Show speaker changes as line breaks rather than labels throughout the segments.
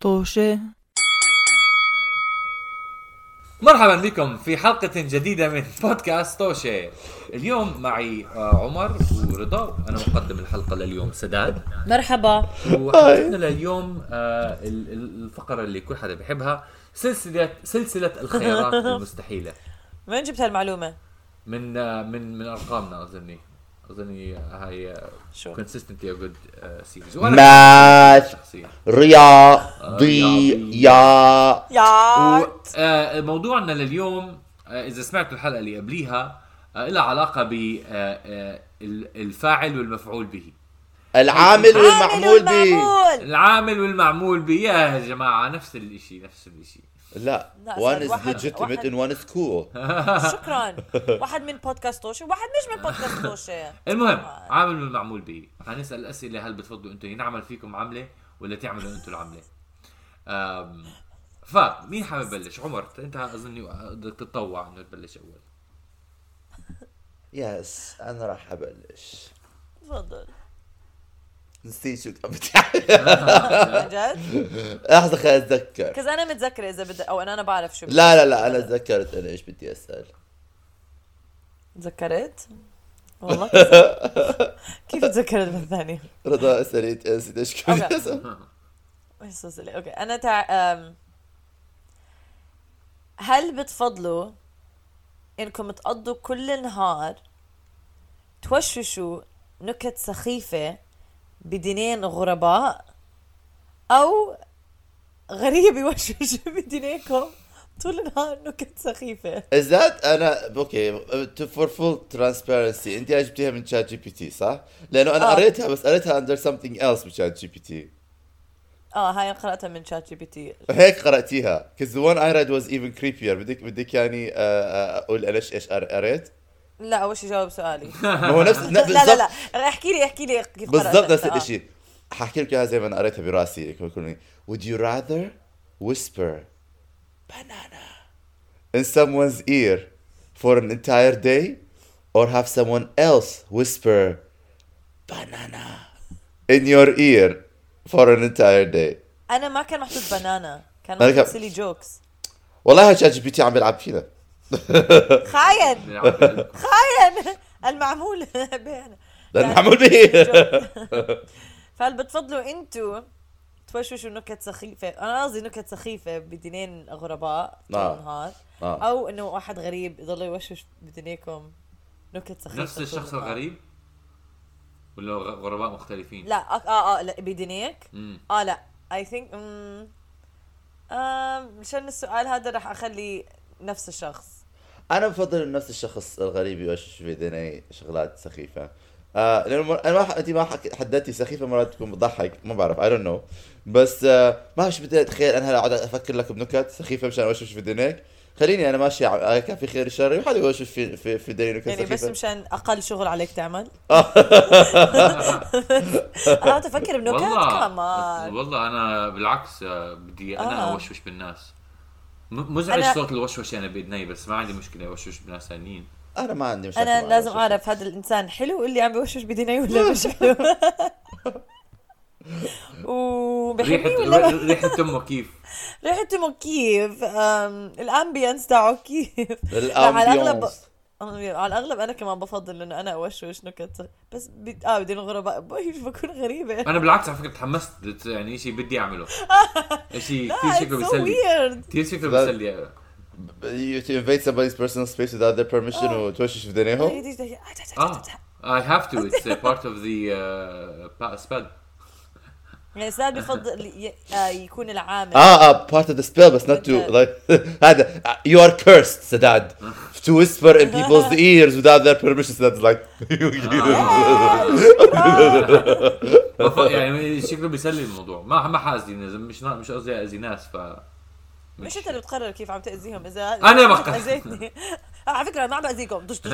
طوشة
مرحبا بكم في حلقة جديدة من بودكاست توشة اليوم معي آه، عمر ورضا أنا مقدم الحلقة لليوم سداد
مرحبا
وحلقتنا لليوم آه، ال- ال- الفقرة اللي كل حدا بيحبها سلسلة سلسلة الخيارات المستحيلة
من وين جبت هالمعلومة؟
من آه، من من أرقامنا أظني أظني هاي آه،
شو؟
كونسيستنتلي جود سيريز
ماث
شخصيا
رياضيات
يا
و- آه، موضوعنا لليوم آه، اذا سمعتوا الحلقه اللي قبليها آه، لها علاقه ب آه، آه، ال- الفاعل والمفعول به
العامل والمعمول به
العامل والمعمول به يا جماعه نفس الشيء نفس الشيء
لا
لا،
one
صار
is
واحد-
legitimate
واحد.
and one is cool
شكرا واحد من بودكاست توشي وواحد مش من بودكاست توشي
المهم
آه.
عامل والمعمول به حنسال اسئله هل بتفضلوا انتم ينعمل فيكم عمله ولا تعملوا انتم العمله آم، فمين حابب يبلش عمر انت اظني بدك تتطوع انه تبلش اول
يس انا راح ابلش
تفضل
نسيت شو كنت عم بتحكي.
عن جد؟
لحظه خليني اتذكر
كذا انا متذكرة اذا بدي او انا انا بعرف شو بدي.
لا لا لا انا تذكرت انا ايش بدي اسال
تذكرت؟ والله كذا. كيف تذكرت بالثانية؟
رضا اسالي أنت نسيت ايش كنت
أوكي.
اسال
وين صرت لي؟ اوكي انا تع... أم... هل بتفضلوا انكم تقضوا كل النهار توششوا نكت سخيفة بدينين غرباء او غريب يوشش بدينيكم طول النهار نكت سخيفة
ذات انا اوكي فور فول ترانسبيرنسي انت جبتيها من شات جي بي تي صح؟ لانه انا
آه.
قريتها بس قريتها اندر something else بشات جي بي تي
اه هاي قرأتها من شات جي بي تي
هيك قراتيها because the one I read was even creepier بدك بدك يعني آه، آه، اقول ليش ايش قر- قريت
لا اول شيء جاوب سؤالي
ما هو نفس
لا لا
بالضبط
لا احكي لي احكي لي كيف قرأتها
بالضبط نفس
أنت، آه.
الشيء حاحكي لك اياها زي ما انا قريتها براسي كل- كل- would you rather whisper banana in someone's ear for an entire day or have someone else whisper banana in your ear for an entire day
انا ما كان محطوط بنانا كان
أنا
محطوط
كان-
سيلي جوكس
والله شات جي بي تي عم بيلعب فينا
خاين
نعم،
خاين المعمول بين
لانه معمول به
فهل بتفضلوا انتوا توشوشوا نكت سخيفة انا قصدي نكت سخيفة بدينين غرباء طول
آه.
النهار
آه.
او انه واحد غريب يضل يوشوش بدنيكم نكت سخيفة
نفس
طول
الشخص
النهار.
الغريب ولا غ- غرباء مختلفين
لا أك- اه اه لا بدينيك
مم.
اه لا اي ثينك آه، مشان السؤال هذا راح اخلي نفس الشخص
انا بفضل إنه نفس الشخص الغريب يوشش في ايديني شغلات سخيفه آه لانه مر... انا ما ح... انت ما حك... حددتي سخيفه مرات تكون بتضحك ما بعرف اي دونت نو بس آه ما بعرف شو بدي اتخيل انا هلا اقعد افكر لك بنكت سخيفه مشان اوشش في ايدينك خليني انا ماشي ع- كان في خير شر وحالي اوشش في في, في ايديني نكت
يعني
سخيفه
بس مشان اقل شغل عليك تعمل انا عم بفكر بنكت كمان
والله انا بالعكس آه، بدي انا
آه.
اوشوش بالناس م- مزعج
أنا-
صوت الوشوشه انا باذني بس ما عندي مشكله اوشوش بناس ثانيين
انا ما عندي مشاكل
انا
مع
لازم
الوشوش.
اعرف هذا الانسان حلو اللي عم بوشوش بديني ولا مش حلو وبحبني
ريحه
ولا ما-
ر- ريحه امه كيف
ريحته مو كيف أم، الامبيانس تاعه كيف لا، على الاغلب
الامبيونس
أم- على الاغلب انا كمان بفضل انه انا اوشوش نكت بس بد... اه بدي الغرباء بوي، بكون غريبه
انا بالعكس على فكره تحمست لت- يعني شيء بدي اعمله شيء كثير شكله
سو
بيسلي
ويرد
كثير شكله
لا.
بيسلي
you to invade somebody's personal space without their permission
آه.
وتوشش في
إيه،
ايدينيهم
اه I have to it's a part of the uh, spell
يعني ساد بفضل ي... آه، يكون العامل
اه اه Ah, part of the spell بس not to like هذا you are cursed سداد to whisper in people's ears without their permission سداد is like
Ah. بف- يعني شكله بيسلي الموضوع ما ما حازي مش مش قصدي اذي ناس ف
مش انت اللي بتقرر كيف عم تاذيهم اذا
أنا بقرر.
اذيتني على فكره انا ما عم باذيكم دش دش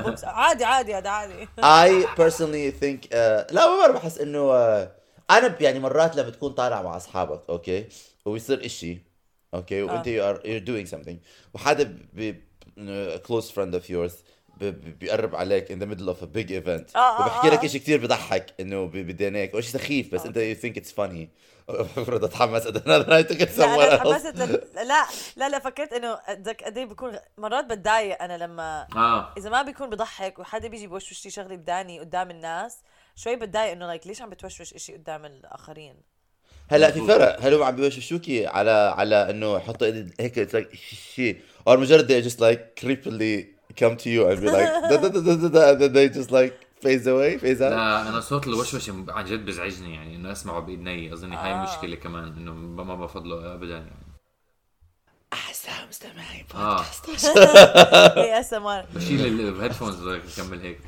بوكس. عادي عادي هذا عادي
I personally think آه، لا ما بعرف بحس انه آه، انا ب- يعني مرات لما تكون طالع مع اصحابك اوكي ويصير اشي
آه.
اوكي وانت you are you're doing something وحدا ب- ب- close friend of yours ب- ب- بيقرب عليك in the middle of a big event
آه، آه،
وبحكي لك
آه.
شيء كثير بضحك انه ب- بدي عينيك وشيء سخيف بس انت you think it's funny المفروض اتحمس قد انا رايت كنت
لا انا
somewhere else
تحمست لل... لا لا لا فكرت انه قدك قد ايه بكون مرات بتضايق انا لما
اه
اذا ما بيكون بضحك وحدا بيجي بوشوش شي شغله بداني قدام الناس شوي بتضايق انه لايك ليش عم بتوشوش اشي قدام الاخرين
هلا في
مظبوط.
فرق هل هو عم بيوششوكي على على انه حط ايدي هيك it's like شيء or مجرد they just like creepily come to you and be like da, da, da, da, da, da, and then they just like phase away phase out
لا انا صوت الوشوشه عن جد بزعجني يعني انه اسمعه بايدني اظني هاي
آه.
مشكله كمان انه ما بفضله ابدا يعني
احسن مستمعين
اه
اي اس ام ار
بشيل الهيدفونز بكمل هيك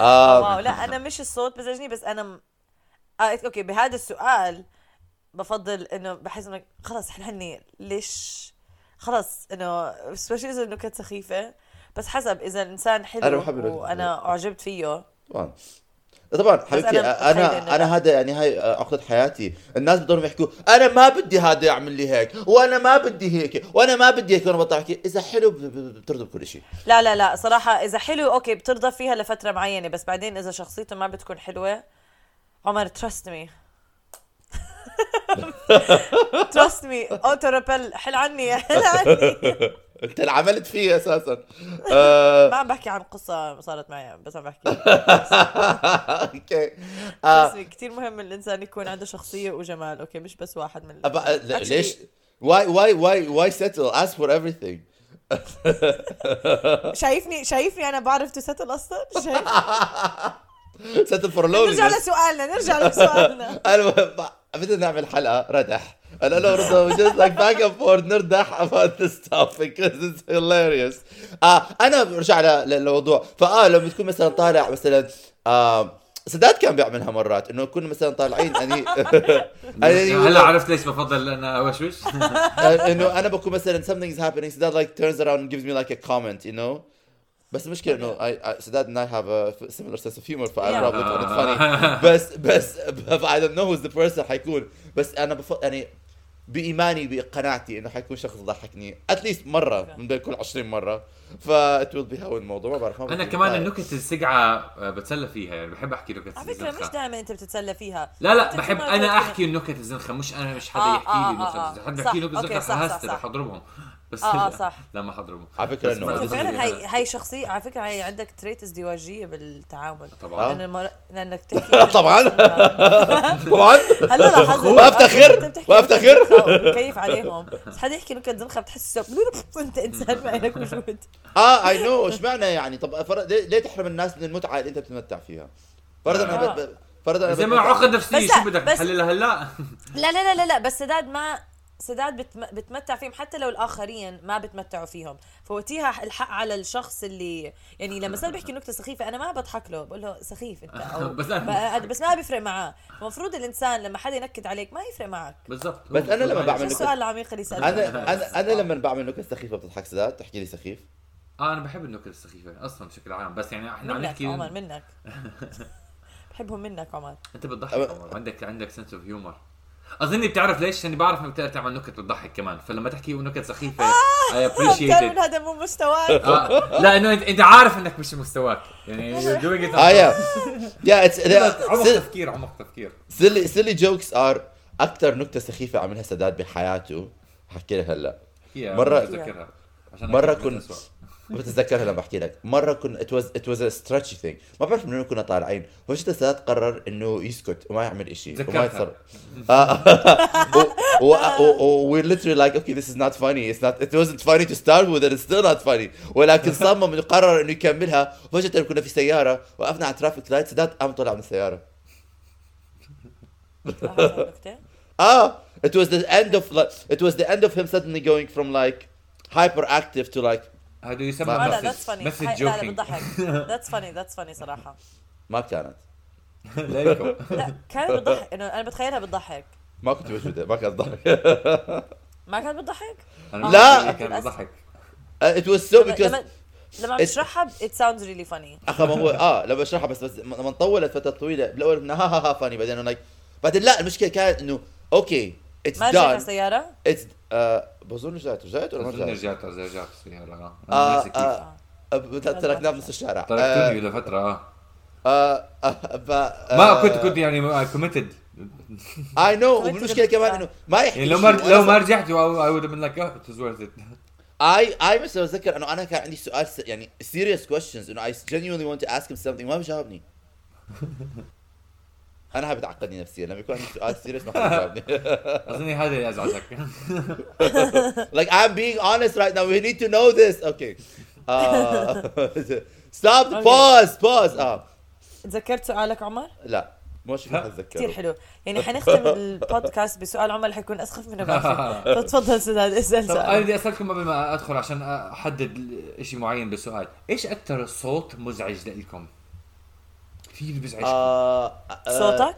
اه
واو لا انا مش الصوت بزعجني بس انا م... آه اوكي بهذا السؤال بفضل انه بحس انه خلص حلحني ليش خلص انه سبيشلي اذا النكت سخيفه بس حسب اذا الانسان حلو
أنا بحب النكت
وانا اعجبت فيه
طبعا طبعا حبيبتي
أنا متخيلة إنه
انا انا هذا يعني هاي عقده حياتي الناس بدهم يحكوا انا ما بدي هذا يعمل لي هيك وانا ما بدي هيك وانا ما بدي هيك وانا بطلع احكي اذا حلو ب- ب- بترضى بكل شيء
لا لا لا صراحة إذا حلو أوكي بترضى فيها لفترة معينة بس بعدين إذا شخصيته ما بتكون حلوة عمر trust me trust me اوتو ريبل حل عني حل عني
انت اللي عملت فيه اساسا آه،
ما عم بحكي عن قصة صارت معي بس عم بحكي
اوكي آه،
trust me كثير مهم الإنسان يكون عنده شخصية وجمال أوكي مش بس واحد من
أبا- لا،
Actually-
ليش why why why why settle ask for everything
شايفني شايفني أنا بعرف تستل أصلا شايف
settle for
نرجع
loneliness
لسؤالنا نرجع لسؤالنا
انا ب- بدنا نعمل حلقه ردح انا لو رضا just like back and forth نردح about this topic because it's hilarious آه انا برجع ل- للموضوع فاه لما تكون مثلا طالع مثلا آه سداد كان بيعملها مرات انه كنا مثلا طالعين اني
هلا عرفت ليش بفضل انا اوشوش
انه انا بكون مثلا something is happening سداد like turns around and gives me like a comment you know بس المشكلة انه I, I, سداد and I have a f- similar sense of humor ف I
Yeah.
probably find it funny بس بس ف I don't know who's the person حيكون بس انا بف... يعني بإيماني بقناعتي انه حيكون شخص ضحكني at least مرة من بين كل 20 مرة ف it will be how الموضوع ما بعرف ما
انا
بدي
كمان
أتضايق.
النكت السقعه آه، بتسلى فيها يعني بحب احكي نكت
طيب. على فكرة مش
الزنخه
دائما أنت بتتسلى فيها
لا لا
أنت
بحب
مرات
انا
بتكون-
احكي النكت الزنخه مش انا مش حدا
آه،
يحكي
آه،
لي نكت
آه، آه.
الزنخه حدا
صح،
يحكي لي نكت
أوكي،
الزنخه
صح، صح،
هستر
صح.
حضربهم بس
آه، آه،
لا-
صح.
لا ما حضربهم
على فكرة
بس
إنه-
ما-
اوكي
أوكي،
فعلا هاي هاي شخصيه على فكره هاي عندك تريت ازدواجيه بالتعامل
طبعاً.
لأن المر... لانك تحكي
طبعاً. طبعا
هلا لاحظت
ما أفتخر؟ ما أفتخر؟
كيف عليهم بس حدا يحكي نكت زنخه بتحس انت انسان ما لك وجود
اه اي نو اشمعنى يعني طب فرض ليه ليه تحرم الناس من المتعه اللي انت بتتمتع فيها؟ فرضا انا ب- ب- فرضا انا
آه. زي ما
بتمتع-
عقد نفسيه
آه، بس لا،
شو بدك
بس-
تحللها هلا
لا لا لا لا لا بس سداد ما سداد بتم... بتمتع فيهم حتى لو الاخرين ما بتمتعوا فيهم فوتيها الحق على الشخص اللي يعني لما سداد بيحكي نكته سخيفه انا ما بضحك له بقول له سخيف انت او
بس
بس,
أنا-
بس ما بيفرق معاه المفروض الانسان لما حدا ينكد عليك ما يفرق معك
بالضبط
بس أنا لما
شو
بعمل نكت-
السؤال العميق اللي سالته
انا انا انا لما بعمل نكت سخيفه بتضحك سداد تحكي لي سخيف
اه انا بحب النكت السخيفه اصلا بشكل عام بس يعني احنا عم
منك
نحكي
عمر منك بحبهم منك عمر
انت بتضحك عمر عندك عندك سنس اوف هيومر اظني بتعرف ليش لاني بعرف انك بتقدر تعمل نكت بتضحك كمان فلما تحكي نكت سخيفه اي
بتعرف إن
ابريشيت
هذا مو آه، مستواك
آه، لا انه انت انت عارف انك مش مستواك يعني you're doing it
اه يا يا
عمق
اتس
تفكير عمق تفكير
سيلي سيلي جوكس ار اكثر نكته سخيفه عملها سداد بحياته حكي لك هلا
هي
مرة-
بتذكرها عشان
مره
أكيد
كنت
أسوأ.
بتذكرها لما بحكي لك مره كنت it was it was a stretchy thing ما بعرف من وين كنا طالعين فجاه سداد قرر انه يسكت وما يعمل شيء وما
تذكرتها.
يتصرف آه. و, و, و we're literally like okay this is not funny it's not it wasn't funny to start with and it's still not funny ولكن صمم انه قرر انه يكملها فجأة كنا في سيارة وقفنا على ترافيك لايت سداد قام طلع من السيارة
نكته
اه it was the end of like, it was the end of him suddenly going from like hyperactive to like
هذا يسمى
ما-
آه، لا
message-
ذاتس فاني
message
لا لا
joking.
بتضحك ذاتس فاني ذاتس فاني صراحه
ما كانت
ليكو.
لا كانت بتضحك انه انا بتخيلها بتضحك
ما كنت موجودة ما كانت ضحك
ما كانت بتضحك؟
أنا
لا.
ما كان بضحك
it was so
لما-
because
لما لما
It's-
بتشرحها ب- it sounds really funny
اخ ما هو اه لما اشرحها بس بس لما طولت فتره طويله بالاول كنا ها ها ها فاني بعدين انا like- بعدين لا المشكله كانت انه اوكي اتس
ما رجعت على
دان
السيارة؟
اتس آه، بظن رجعت رجعت ولا ما
اظن رجعت
رجعت؟
رجعت السياره
آه،
آه،
آه.
آه.
أب- تركناه بنص الشارع
تركتني لفتره اه
آه، آه، ب-
ما
آه،
كنت كنت يعني كوميتد
اي نو
كنت
والمشكله كمان انه ما يحكي
يعني لو
شيء
ما
وأنا
لو ما
ب-
رجعت اي وود بن لايك ات از ورث ات
I I بس بتذكر انه انا كان عندي سؤال س- يعني serious questions انه I genuinely want to ask him something ما بجاوبني انا هاي بتعقدني نفسيا لما يكون عندي سؤال serious ما حدا بجاوبني
اظني هذا اللي ازعجك
like I'm being honest right now we need to know this okay uh, stop
Okay.
pause pause اه
تذكرت سؤالك عمر؟
لا مش رح اتذكر
كثير حلو يعني حنختم البودكاست بسؤال عمر حيكون اسخف منه ما في فتفضل سداد اسال
طب انا
سؤال
بدي اسالكم قبل ما ادخل عشان احدد شيء معين بسؤال ايش اكثر صوت مزعج لكم كثير بزعج
آه، آه،
صوتك؟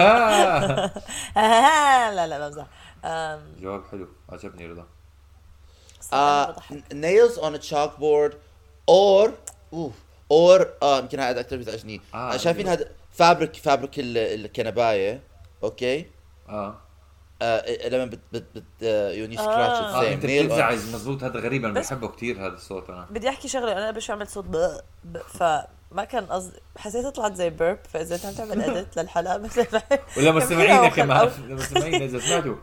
لا لا بمزح أم،
جواب حلو عجبني رضا آه.
أنا
uh,
بضحك.
nails on a chalkboard or oof, or uh, يمكن هذا اكثر بيزعجني
آه،
آه شايفين
أيوة.
هذا فابريك فابريك ال- الكنبايه اوكي
اه
آه لما بت بت بت آه، يوني
آه.
سكراتش
اه انت
nail
بتزعج مزبوط هذا غريب انا
بس-
بحبه كثير هذا الصوت انا
بدي احكي شغله انا قبل شوي عملت صوت ب... ب... فما كان قصدي حسيت طلعت زي بيرب فاذا انت عم تعمل اديت للحلقه مثل
ولما
كان في
سمعينا
روح
كمان
الأول.
لما سمعينا اذا سمعتوا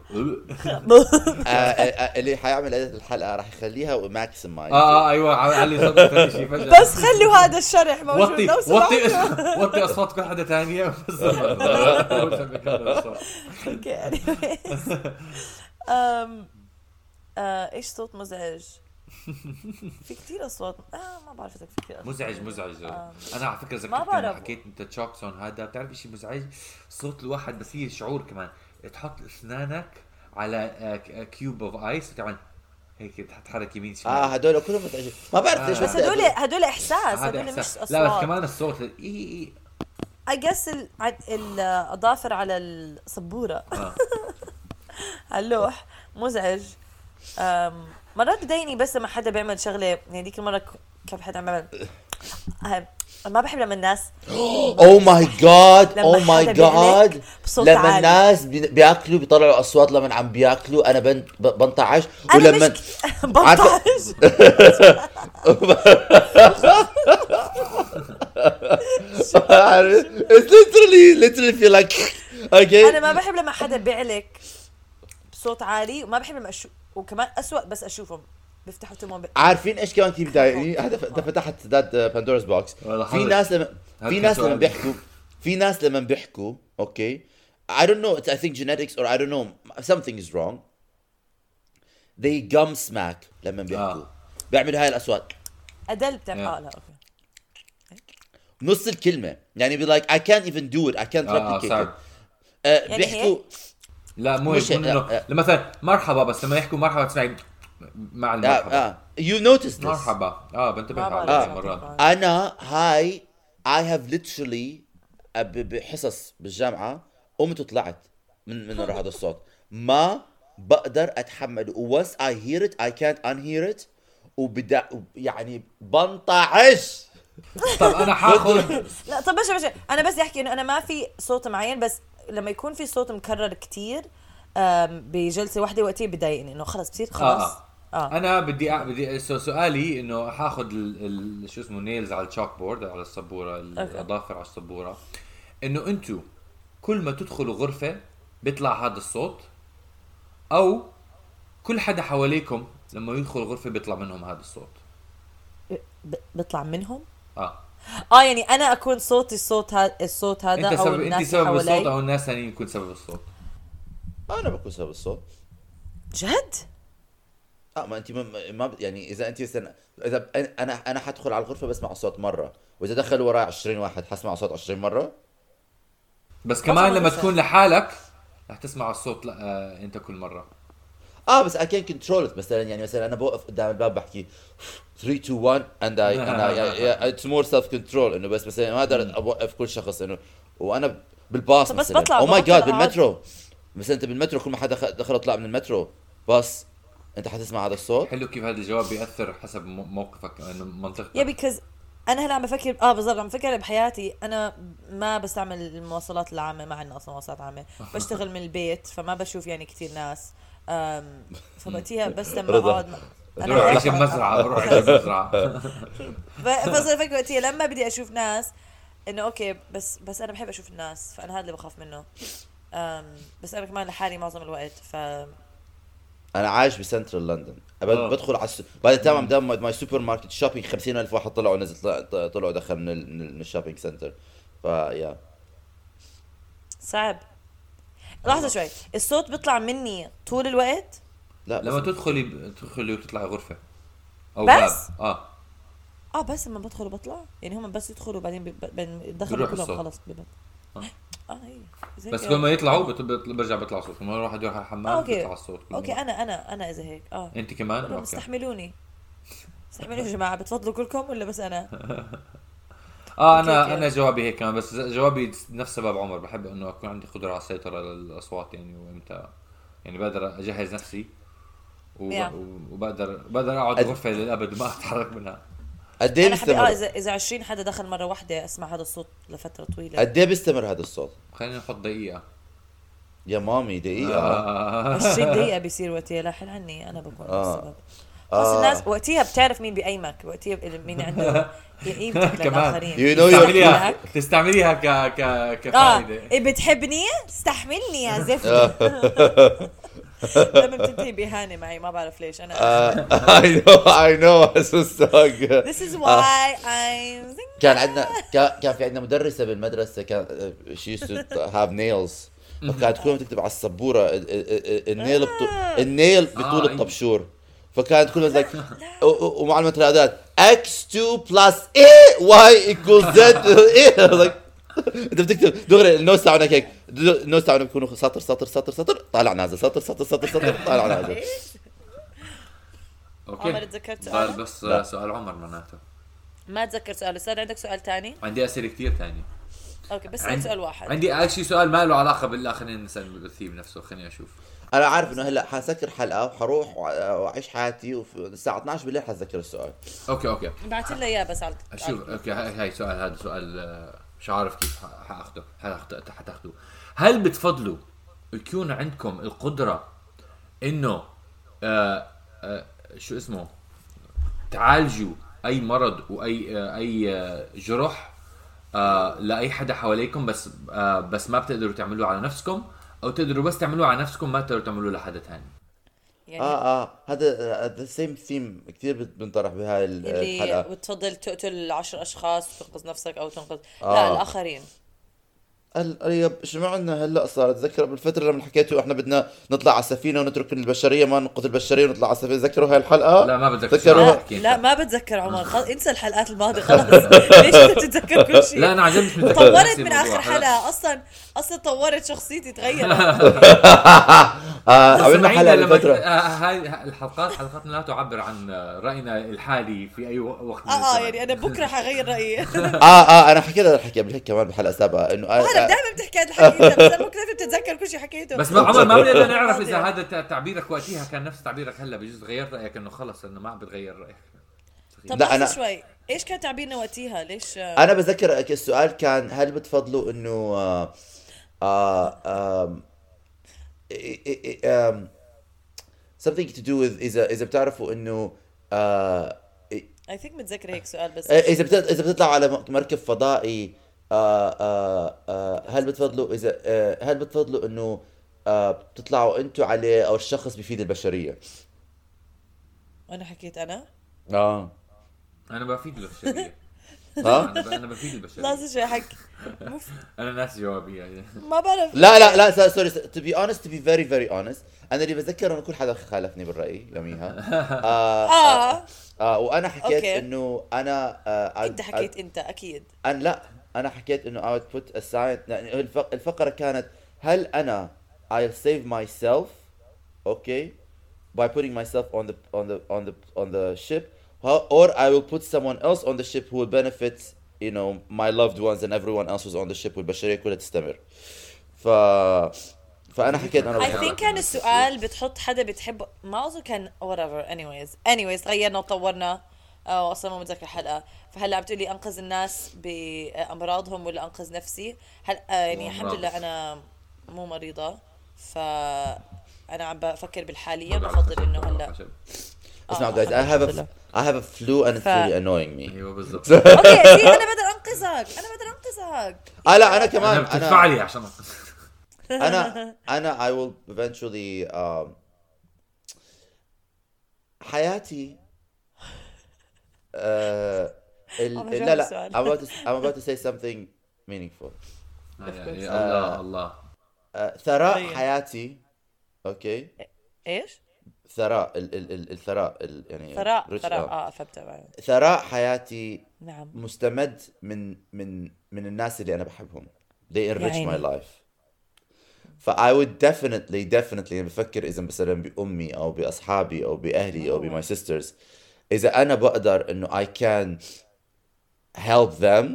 آه، آه، آه، اللي حيعمل edit الحلقه راح يخليها
اه
وماكسمايز
اه ايوه علي صوتك شيء فجاه
بس خلوا هذا الشرح موجود
وطي
نفس
وطي
العمر.
وطي اصوات كل حدا ثاني بس
اوكي anyways. أم، آه، ايش صوت مزعج؟ في كثير اصوات آه ما بعرف اذا في كثير أصوات.
مزعج مزعج
آه.
انا على فكره
ما
ذكرت
بعرف.
لما حكيت انت تشوكسون هذا بتعرف شيء مزعج صوت الواحد بس هي شعور كمان تحط اسنانك على آه، كيوب اوف ايس وتعمل هيك تتحرك يمين شمال
اه هدول كلهم متعجب ما بعرف ليش
آه.
بس
بدي
هدول
أقول.
هدول احساس
هذا
هدول آه، مش
احساس
اصوات
لا بس كمان الصوت ال- اي اي إي.
I guess ال... عد- الاظافر على السبوره
آه.
على اللوح مزعج أم... مرات بضايقني بس لما حدا بيعمل شغله يعني ديك المره ك- كان حدا عم بيعمل هاي، ما بحب لما الناس
اوه ماي جاد
لما
اوه ماي
حدا بيعلق
جاد
بصوت
oh لما
عالي.
الناس بي- بياكلوا بيطلعوا اصوات لما عم بياكلوا انا بن- ب- بنطعش
انا
ولما
مش كت- بنطعش
عارف it's literally literally feel like
إيه.
okay
انا ما بحب لما حدا بيعلك بصوت عالي وما بحب لما اشوف وكمان اسوء بس اشوفهم بيفتحوا تمهم ب...
عارفين ايش كمان كثير بضايقني هذا ف- ده فتحت سداد باندورز بوكس
والله
في
حلو.
ناس لما
هذا
في
كان
ناس لما
سؤال.
بيحكوا في ناس لما بيحكوا اوكي I don't know it's I think genetics or I don't know something is wrong they gum smack لما بيحكوا
آه.
بيعملوا هاي الاصوات
ادل بتعمل
Yeah.
اه لا اوكي
نص الكلمه يعني بي like I can't even do it I can't
آه،
replicate
صعب.
it آه،
يعني
بيحكوا
هيك؟
لا مو
مش-
هيك مو
آه، آه.
إنه- مثلا مرحبا بس لما يحكوا مرحبا تسمعي مع
آه،
المرحبا
آه you notice this
مرحبا اه بنتبه
ما بعرف
على
شو
مرات
بعمل.
انا هاي I have literally أب- بحصص بالجامعه قمت وطلعت من من ورا هذا الصوت ما بقدر اتحمله once I hear it I can't unhear it وبدا يعني بنطعش
طب انا حاخذ
لا طب بشا بشا انا بس بدي احكي انه انا ما في صوت معين بس لما يكون في صوت مكرر كتير آم، بجلسه واحده وقتي بضايقني انه خلص بصير خلاص
آه.
اه
انا بدي أع- بدي سو سؤالي انه حاخذ ال... ال... شو اسمه نيلز على التشوك بورد على السبوره الاظافر على السبوره انه انتم كل ما تدخلوا غرفه بيطلع هذا الصوت او كل حدا حواليكم لما يدخل غرفه بيطلع منهم هذا الصوت
ب- بطلع منهم
اه
اه يعني انا اكون صوتي الصوت هذا الصوت هذا
انت
او
سبب انت
الناس
سبب
اللي
الصوت
حوالي
او الناس الثانيين يكون سبب الصوت
انا بكون سبب الصوت
جد
اه ما انت ما, ما بت- يعني اذا انت سن... اذا ب- انا انا حدخل على الغرفه بسمع صوت مره واذا دخلوا وراي 20 واحد حسمع صوت 20 مره
بس
أصلاً
كمان لما
لسه.
تكون لحالك رح تسمع الصوت لا آه انت كل مره
اه بس I can control it مثلا يعني مثلا انا بوقف قدام الباب بحكي 3 2 1 and I and I, I it's more self control انه بس مثلا ما اقدر اوقف كل شخص انه وانا بالباص
طب بس
مثلا
بطلع-
او ماي
ببطل
جاد
أقعد.
بالمترو مثلا انت بالمترو كل ما حدا خ- دخل وطلع من المترو باص انت حتسمع هذا الصوت
حلو كيف هذا الجواب بياثر حسب مو- موقفك انه منطقتك
يا بيكز انا هلا عم بفكر اه بالضبط عم بفكر بحياتي انا ما بستعمل المواصلات العامه ما عندنا اصلا مواصلات عامه بشتغل من البيت فما بشوف يعني كثير ناس أم، فبقتيها بس لما
رضا.
اقعد
روح عيش بمزرعه روح عيش بمزرعه
ف- فصار فكرة وقتها لما بدي اشوف ناس انه اوكي بس بس انا بحب اشوف الناس فانا هذا اللي بخاف منه أم بس انا كمان لحالي معظم الوقت ف
انا عايش بسنترال لندن أب-
آه.
بدخل على الس... بعد تمام دام ماي سوبر ماركت شوبينج 50000 واحد طلعوا نزل طلع- طلع- طلعوا دخل من, ال... من الشوبينج سنتر فيا
صعب لحظة
أيوة.
شوي الصوت بيطلع مني طول الوقت
لا
لما
بس-
تدخلي تدخلي وتطلعي غرفه او
بس؟
باب اه
اه بس لما بدخل وبطلع يعني هم بس يدخلوا بعدين بيدخلوا
بيروح
كلهم
الصوت.
خلص ببطل
آه.
اه هي زي
بس
كده.
كل ما يطلعوا بت- بت- برجع بيطلع صوت كل ما الواحد يروح على
آه،
الحمام
اوكي
بيطلع الصوت كل
اوكي
مرة.
انا انا انا اذا هيك
يعني
اه
انت كمان
كلهم
اوكي
استحملوني استحملوني يا جماعة بتفضلوا كلكم ولا بس انا؟
اه
أوكي،
انا
أوكي.
انا جوابي هيك كمان بس جوابي نفس سبب عمر بحب انه اكون عندي قدره على السيطره على الاصوات يعني وامتى يعني بقدر اجهز نفسي و...
Yeah.
و- وبقدر بقدر اقعد
أد-
غرفه للابد وما اتحرك منها
قد ايه
انا حبي اه
بيستمر
اذا اذا 20 حدا دخل مرة واحدة اسمع هذا الصوت لفترة طويلة
قد ايه بيستمر هذا الصوت
خلينا نحط دقيقه
يا مامي
Ah.
دقيقة آه.
20 دقيقة بيصير وقتها لا حل عني انا بكون
آه.
السبب
آه.
خلص الناس وقتها بتعرف مين بيقيمك وقتها ب- مين عنده يقيمك
كمان.
للاخرين
You know your-
تستعمليها
بيستحملك.
تستعمليها ك ك
اه
كفائده
إيه بتحبني استحملني يا زفت
آه.
لما بتنتهي بإهانة معي ما بعرف ليش انا
آه. I know I know I so stuck.
This is why I'm
آه. كان عندنا كا- كان في عندنا مدرسة بالمدرسة كان she used to have nails فكانت كل يوم تكتب على السبورة ال- ال- ال- النيل بطو... النيل بطول
أيوة.
الطبشور فكانت كل like و- و- ومع المترادات x2 plus a y equals z a like انت بتكتب دغري النوت تاعنا هيك النوت تاعنا بيكونوا سطر سطر سطر سطر طالع نازل سطر سطر سطر سطر طالع نازل
اوكي
عمر تذكرت
ضل
سؤالك؟
بس
لا.
سؤال عمر معناته
ما تذكرت سؤال صار عندك سؤال تاني
عندي اسئله كثير ثانيه
اوكي بس عندي سؤال واحد
عندي اكشلي سؤال ما له علاقه بالله خلينا نسال بالثيم نفسه خليني اشوف
انا عارف انه هلا حسكر حلقه وحروح وع- واعيش حياتي وفي الساعه 12 بالليل حتذكر السؤال
اوكي اوكي
بعت لنا اياه بس على على-
شوف اوكي هاي هاي سؤال هذا سؤال آه، مش عارف كيف ح- حاخده هل حت- حتاخدوه هل بتفضلوا يكون عندكم القدره انه آه آه شو اسمه تعالجوا اي مرض واي آه اي آه جرح آه لاي حدا حواليكم بس آه بس ما بتقدروا تعملوه على نفسكم او تقدروا بس تعملوه على نفسكم ما تقدروا تعملوه لحدا ثاني
يعني
اه اه هذا ذا سيم ثيم كثير بت- بنطرح بهاي ال-
اللي
الحلقه
وتفضل تقتل عشر اشخاص وتنقذ نفسك او تنقذ لا
آه.
الاخرين
قال يب شو معنا هلا صار اتذكر بالفتره لما حكيتوا احنا بدنا نطلع على السفينه ونترك البشريه ما ننقذ البشريه ونطلع على السفينه تذكروا هاي الحلقه
لا ما بتذكر.
تذكروا
روح
لا,
احكي
لا
أنت.
ما بتذكر عمر خلص انسى الحلقات الماضيه خلص ليش انت بتتذكر كل شيء
لا انا عجبني
طورت من اخر حلقه اصلا اصلا طورت شخصيتي تغيرت
آه عملنا
سمعينا
حلقه
لما
بالفتره
آه، هاي الحلقات حلقتنا لا تعبر عن راينا الحالي في اي و- وقت من
اه اه
الزمن.
يعني انا بكره حغير رايي
اه اه انا حكيت هذا الحكي قبل هيك كمان بحلقه سابقه انه آه
انا
آه
دائما بتحكي هذا الحكي انت بس أنا ممكن انت بتتذكر كل شيء حكيته
بس ما عمر ما بدنا نعرف اذا
الماضية.
هذا تع- تعبيرك وقتها كان نفس تعبيرك هلا بجوز غيرت رايك انه خلص انه ما عم بتغير رايك
طب
لا،
لحظه
أنا-
شوي ايش كان تعبيرنا وقتيها ليش آه،
انا بتذكر هيك السؤال كان هل بتفضلوا انه آه آه آم، إي- إي- إي- آم، something to do with اذا اذا بتعرفوا انه آه إي-
I think متذكرة هيك سؤال بس
اذا بت- اذا بتطلعوا على م- مركب فضائي آه آه آه هل بتفضلوا اذا آه هل بتفضلوا انه آه بتطلعوا انتوا عليه او الشخص بيفيد البشريه؟
انا حكيت انا
اه
انا بفيد البشريه
ها؟
انا ب- أنا بفيد البشريه
لازم شو حكي
انا ناسي جوابي يعني
ما بعرف
لا لا لا سوري- سوري تو بي اونست تو بي فيري فيري اونست انا اللي بتذكر انه كل حدا خالفني بالراي يوميها آه
اه
آه وانا حكيت
أوكي.
انه انا آه
انت حكيت انت اكيد
انا لا انا حكيت انه I would put aside يعني الف- الفقره كانت هل انا I'll save myself okay by putting myself on the on the on the on the ship ho- or I will put someone else on the ship who will benefit you know my loved ones and everyone else who's on the ship والبشريه كلها تستمر ف فانا حكيت انا
I
بحب-
think كان السؤال بتحط حدا بتحبه ما اظن كان whatever anyways anyways غيرنا وطورنا آه، واصلا ما متذكر الحلقه فهلا عم تقولي انقذ الناس بامراضهم ولا انقذ نفسي هل آه، يعني الحمد
وأمراض.
لله انا مو مريضه ف انا عم بفكر بالحاليه
برضو على
بفضل
الخشب،
انه
برضو على
هلا
الخشب.
اسمعوا guys I have a I have a flu and it's
آه. ف-
really annoying me
ايوه بالضبط
اوكي سي انا بقدر انقذك انا بقدر انقذك
آه لا انا كمان
انا بتدفع
انا
لي عشان أنقذ.
انا انا I will eventually um, حياتي آه ال...
أنا
لا لا
جاوب
I'm about, to, I'm about to say something meaningful
يعني الله الله
آه ثراء
طيب.
حياتي اوكي
ايش؟
ثراء ال... ال... ال... الثراء ال... يعني
ثراء
rich-
ثراء
آه.
اه فهمت بعدين.
ثراء حياتي
نعم
مستمد من من من الناس اللي انا بحبهم they enrich my
عيني.
life ف I would definitely definitely بفكر اذا مثلا بامي او باصحابي او باهلي او بماي sisters اذا انا بقدر انه I can help them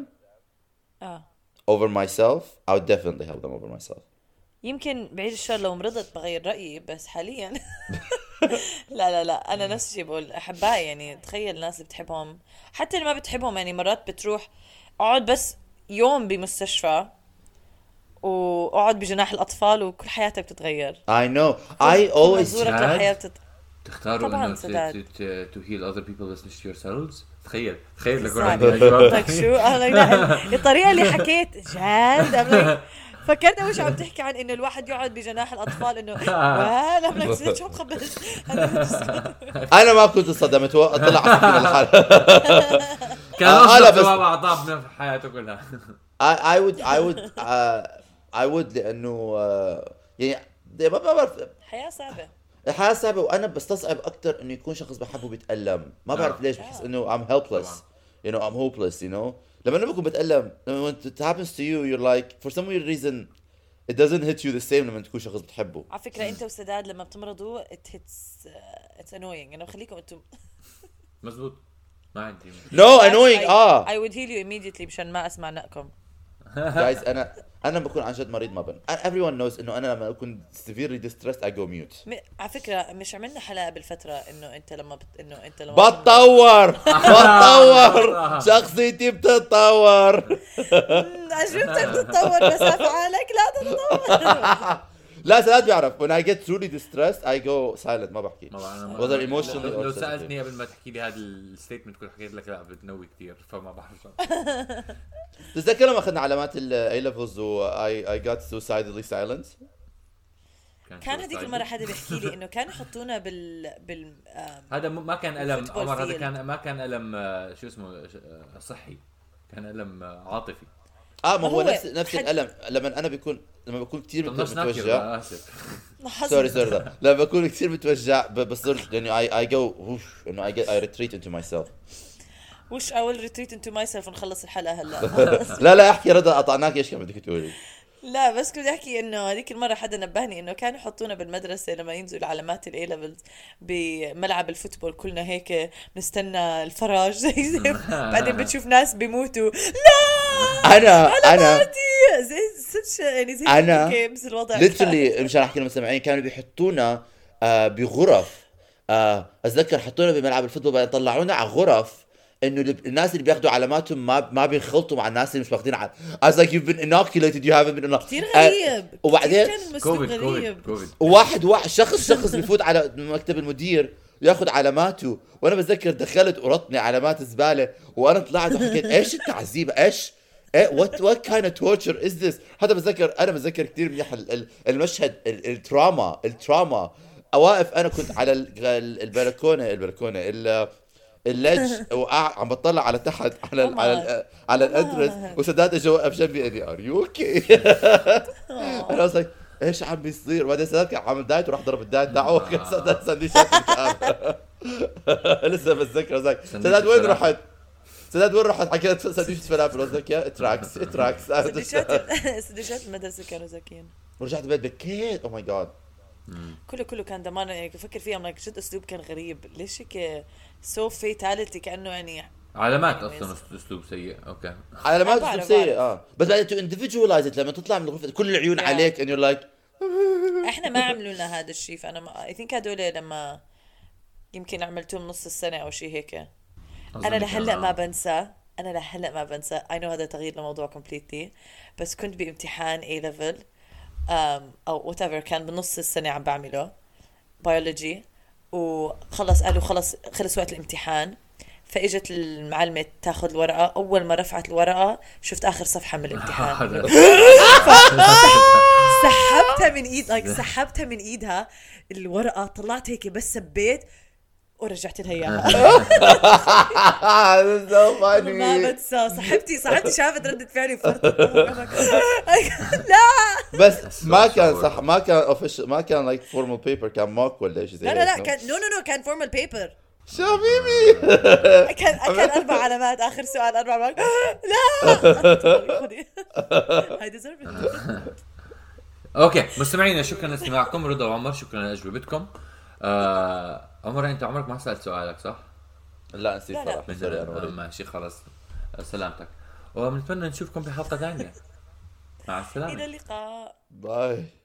اه
over myself I would definitely help them over myself
يمكن بعيد الشر لو مرضت بغير رأيي بس حاليا لا لا لا أنا نفس الشيء بقول أحبائي يعني تخيل الناس اللي بتحبهم حتى اللي ما بتحبهم يعني مرات بتروح أقعد بس يوم بمستشفى وأقعد بجناح الأطفال وكل حياتك بتتغير
I know I always
منظورك
جد؟
للحياة بتت...
تختاروا
طبعاً
انه
سداد.
تو هيل اذر بيبل بس مش يور سيلفز تخيل تخيل أيوة. لك
صعب.
عندي اجرام
لك شو أنا لا، الطريقة اللي حكيت جد I'm like- فكرت اول شيء عم تحكي عن انه الواحد يقعد بجناح الاطفال انه وانا بلاك شو عم تخبز
انا ما كنت انصدمت هو طلع على الحال
كان
آه، لا،
اصلا
بس-
بابا عطاه في حياته كلها
I I would I would uh, I would لانه uh, يعني ما بعرف
حياة صعبة
الحياة صعبة وأنا بستصعب أكتر إنه يكون شخص بحبه بيتألم، ما بعرف
آه.
ليش بحس إنه I'm helpless، you know I'm hopeless, you know. لما أنا بكون بتألم لما when it happens to you you're like for some weird reason it doesn't hit you the same لما تكون شخص بتحبه.
على فكرة انت وسداد لما بتمرضوا it hits uh, it's annoying انا بخليكم انتم
مزبوط ما عندي
No annoying
I-
آه
I would heal you immediately مشان ما اسمع نقكم
guys أنا أنا بكون عن جد مريض ما بن. everyone knows إنه أنا لما أكون severely distressed I go mute.
م... على فكرة مش عملنا حلقة بالفترة انه انت لما بت... انه انت لما
بتطور بتطور شخصيتي بتتطور
مم، اجوبتك تتطور مسافة عالك لا تتطور
لا سداد بيعرف when I get truly distressed I go silent ما بحكي
طبعا انا ما-
whether emotionally
لو- لو
or sensitive.
سالتني قبل ما تحكي لي هذا الستيتمنت كنت حكيت لك لا بتنوي كثير فما بعرف شو.
تتذكر لما اخذنا علامات الاي ليفلز و I, I got suicidally silent
كان
شو
هذيك
سعيد.
المرة حدا بيحكي لي انه كانوا يحطونا بال بال آم،
هذا م- ما كان الم
الفوتبول
عمر هذا
فيلد.
كان ما كان الم آه، شو اسمه ش- آه، صحي كان الم آه، عاطفي
اه ما
ما
هو
هو
نفس نفس
حد-
الالم لما انا بكون لما بكون كثير
طناش ناكر
متوجع
أنا اسف
حظ-
سوري سوري لا. لما بكون كثير متوجع ب- بصير يعني اي اي جو اوف انه اي I retreat into myself
وش اول ريتريت انتو ماي سيلف ونخلص الحلقة هلا
لا لا احكي رضا قطعناك ايش كان بدك تقولي
لا بس كنت احكي انه هذيك المره حدا نبهني انه كانوا يحطونا بالمدرسه لما ينزلوا علامات الاي ليفلز بملعب الفوتبول كلنا هيك بنستنى الفراج زي زي بعدين بتشوف ناس بيموتوا لا
انا انا
عادي زي such- يعني زي
أنا
games الوضع
literally مشان احكي للمستمعين كانوا بيحطونا آه، بغرف آه، اتذكر حطونا بملعب الفوتبول بعدين طلعونا على غرف انه ال- الناس اللي بياخذوا علاماتهم ما ما بينخلطوا مع الناس اللي مش واخذين على I was like you've been inoculated you haven't been inoculated
كثير غريب
آه، وبعدين
كتير كان المسلوب
كوفيد كوفيد
غريب
كوفيد
واحد واحد شخص شخص بفوت على مكتب المدير ياخذ علاماته وانا بتذكر دخلت ورطني علامات زباله وانا طلعت وحكيت ايش التعذيب ايش ايه وات وات كاين تورتشر از ذس هذا بتذكر انا بتذكر كثير منيح ال- ال- المشهد ال- التراما التراما واقف انا كنت على ال- ال- البلكونه البلكونه ال- اللج وقاعد عم بطلع على تحت على ال- على ال- على الانترس وسداد اجى وقف جنبي قال لي ار يو اوكي انا واز لايك ايش عم بيصير بعدين سداد كان عامل دايت وراح ضرب الدايت تبعه كان سداد سندويشات بالكعب. لسه بتذكر واز لايك سداد وين
الفلافل.
رحت؟ سداد وين رحت؟ حكيت سندويشة فلافل واز لايك يا اتراكس اتراكس
سندويشات سندويشات المدرسه كانوا زاكيين
ورجعت البيت بكيت Oh او ماي جاد
كله كله كان دمار يعني بفكر فيها like جد اسلوب كان غريب ليش هيك سو فيتاليتي كانه يعني
علامات اصلا أس- اسلوب سيء اوكي
على ما
أنا
اسلوب
بعرف،
سيء اه بس بعدين تو اندفجوالايز لما تطلع من الغرفه كل العيون
Yeah.
عليك and you're like
احنا ما عملوا لنا هذا الشيء فانا ما اي ثينك هدول لما يمكن عملتوه بنص السنه او شيء هيك انا لهلا ما بنسى انا لهلا ما بنسى اي نو هذا تغيير لموضوع كومبليتلي بس كنت بامتحان um، اي ليفل او وات ايفر كان بنص السنه عم بعمله بيولوجي وخلص قالوا خلص خلص وقت الامتحان فاجت المعلمه تاخذ الورقه اول ما رفعت الورقه شفت اخر صفحه من الامتحان سحبتها من ايد like سحبتها من ايدها الورقه طلعت هيك بس سبيت ورجعت لها اياها
That's "Ah, so
ما
funny.
بنسى صاحبتي صاحبتي شافت ردة فعلي وفرطت لا
بس ما
So
كان
short.
صح ما كان اوفيشال ما كان لايك فورمال بيبر كان موك ولا شيء زي
لا لا لا
هيك.
كان نو نو نو كان فورمال بيبر
شو حبيبي
كان كان اربع علامات اخر سؤال اربع علامات لا خذي I deserve it
اوكي مستمعينا شكرا لاستماعكم رضا وعمر شكرا لاجوبتكم آه عمر انت عمرك ما سالت سؤالك صح؟
لا نسيت
لا، لا.
صراحه سوري انا
آه،
مريض.
ماشي خلاص آه، سلامتك وبنتمنى نشوفكم بحلقه ثانيه مع
الى
السلامه
اللقاء
باي